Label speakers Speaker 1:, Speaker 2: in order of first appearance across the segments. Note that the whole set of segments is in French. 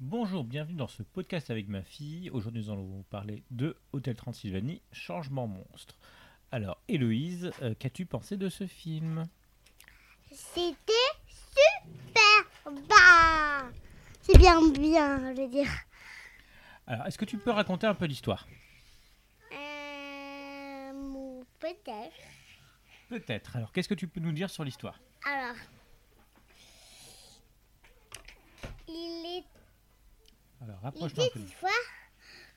Speaker 1: Bonjour, bienvenue dans ce podcast avec ma fille. Aujourd'hui, nous allons vous parler de Hôtel Transylvanie, Changement Monstre. Alors, Héloïse, euh, qu'as-tu pensé de ce film
Speaker 2: C'était super bien. C'est bien bien, je veux dire.
Speaker 1: Alors, est-ce que tu peux raconter un peu l'histoire
Speaker 2: Euh, ou peut-être.
Speaker 1: Peut-être. Alors, qu'est-ce que tu peux nous dire sur l'histoire
Speaker 2: Alors, il est
Speaker 1: Alors,
Speaker 2: il
Speaker 1: rapproche-toi un
Speaker 2: était
Speaker 1: peu.
Speaker 2: une fois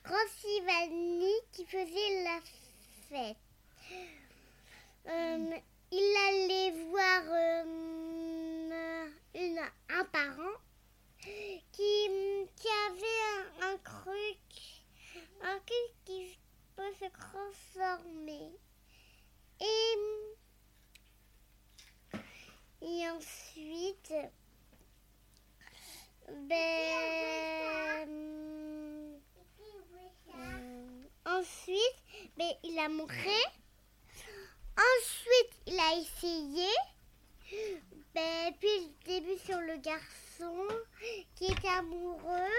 Speaker 2: Transylvanie qui faisait la fête. Euh, il allait voir euh, une, un parent qui, qui avait un, un truc, un truc qui peut se transformer. Et, et ensuite, ben, euh, ensuite, ben, il a montré. Ensuite, il a essayé. Ben, puis le début sur le garçon qui était amoureux.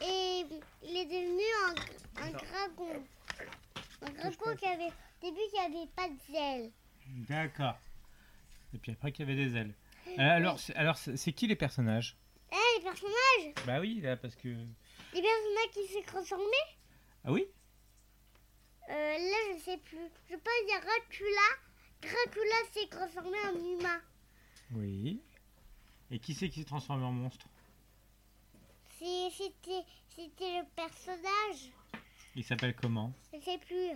Speaker 2: Et il est devenu un, un dragon. Un dragon qui avait, au début, qui avait pas d'ailes.
Speaker 1: D'accord. Et puis après, qu'il y avait des ailes. Euh, Alors, c'est- alors c'est c'est qui les personnages
Speaker 2: Eh, les personnages
Speaker 1: Bah oui, là, parce que.
Speaker 2: Les personnages qui se transformaient
Speaker 1: Ah oui
Speaker 2: Euh, là, je sais plus. Je pense qu'il y a Dracula. Dracula s'est transformé en humain.
Speaker 1: Oui. Et qui c'est qui s'est transformé en monstre
Speaker 2: C'est- C'était c'était le personnage.
Speaker 1: Il s'appelle comment
Speaker 2: Je sais plus.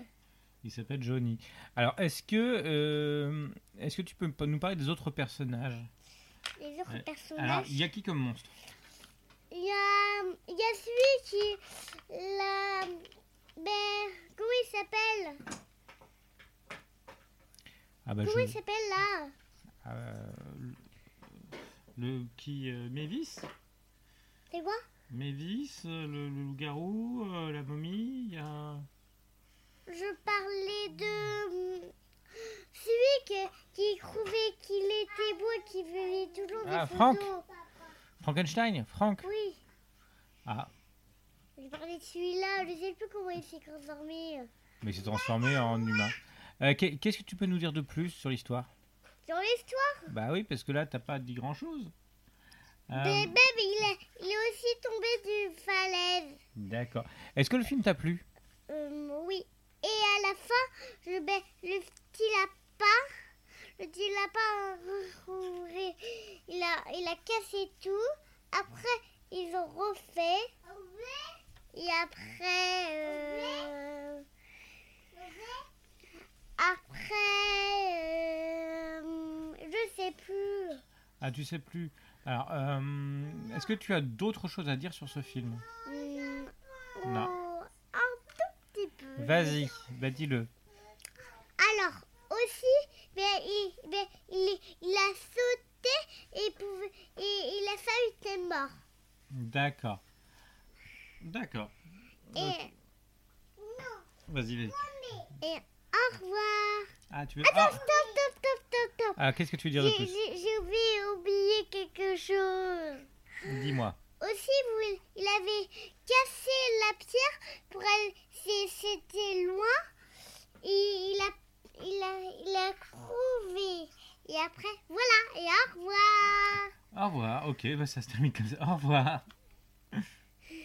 Speaker 1: Il s'appelle Johnny. Alors, est-ce que, euh, est-ce que tu peux p- nous parler des autres personnages
Speaker 2: Les autres
Speaker 1: Ouais. Alors,
Speaker 2: personnages.
Speaker 1: il y a qui comme monstre
Speaker 2: Il y a, il y a celui qui. La. Ben. Comment il s'appelle
Speaker 1: Ah bah,
Speaker 2: Comment il
Speaker 1: je...
Speaker 2: s'appelle là
Speaker 1: euh, le- le qui euh, Mévis
Speaker 2: C'est quoi
Speaker 1: Mévis, euh, le, le loup-garou, euh, la momie, il y a...
Speaker 2: Je parlais de. hum, Celui que, qui trouvait qu'il était beau et qui faisait toujours
Speaker 1: Ah,
Speaker 2: des
Speaker 1: Franck
Speaker 2: photos.
Speaker 1: Frankenstein, Frank.
Speaker 2: Oui.
Speaker 1: Ah,
Speaker 2: Je parlais de celui-là, je sais plus comment il s'est transformé.
Speaker 1: mais il s'est transformé en humain. Euh, qu'est- Qu'est-ce que tu peux nous dire de plus sur l'histoire
Speaker 2: Dans l'histoire,
Speaker 1: Bah oui, parce que là, t'as pas dit grand-chose. Euh,
Speaker 2: bébé, mais il est, il est aussi tombé d'une falaise.
Speaker 1: D'accord. Est-ce que le film t'a plu
Speaker 2: Euh, oui. Et à la fin, je, ben, le petit lapin, le petit lapin, euh, euh, il a, il a cassé tout. Après, ils ont refait. Et après, euh, après, euh, je sais plus.
Speaker 1: Ah, tu sais plus. Alors, euh, est-ce que tu as d'autres choses à dire sur ce film
Speaker 2: Hmm,
Speaker 1: Non.
Speaker 2: oh, Un tout petit peu.
Speaker 1: Vas-y, bah dis-le.
Speaker 2: Alors, aussi, ben, il, ben, il, il a sauté et, pouvait- et il a failli être mort.
Speaker 1: D'accord. D'accord.
Speaker 2: Et
Speaker 1: Vas-y, vas-y.
Speaker 2: au revoir.
Speaker 1: Ah, tu veux.
Speaker 2: Attends,
Speaker 1: Ah,
Speaker 2: stop, stop, stop, stop, stop.
Speaker 1: Ah, qu'est-ce que tu veux dire de
Speaker 2: J'ai-
Speaker 1: plus
Speaker 2: J'ai j'ai oublié, oublié quelque chose.
Speaker 1: Dis-moi.
Speaker 2: Aussi, vous- il avait cassé la pierre pour aller. c'est- C'était loin. Et il a, il a, il a trouvé. Et après, voilà. Et au revoir.
Speaker 1: Au revoir. Ok, bah ça se termine comme ça. Au revoir.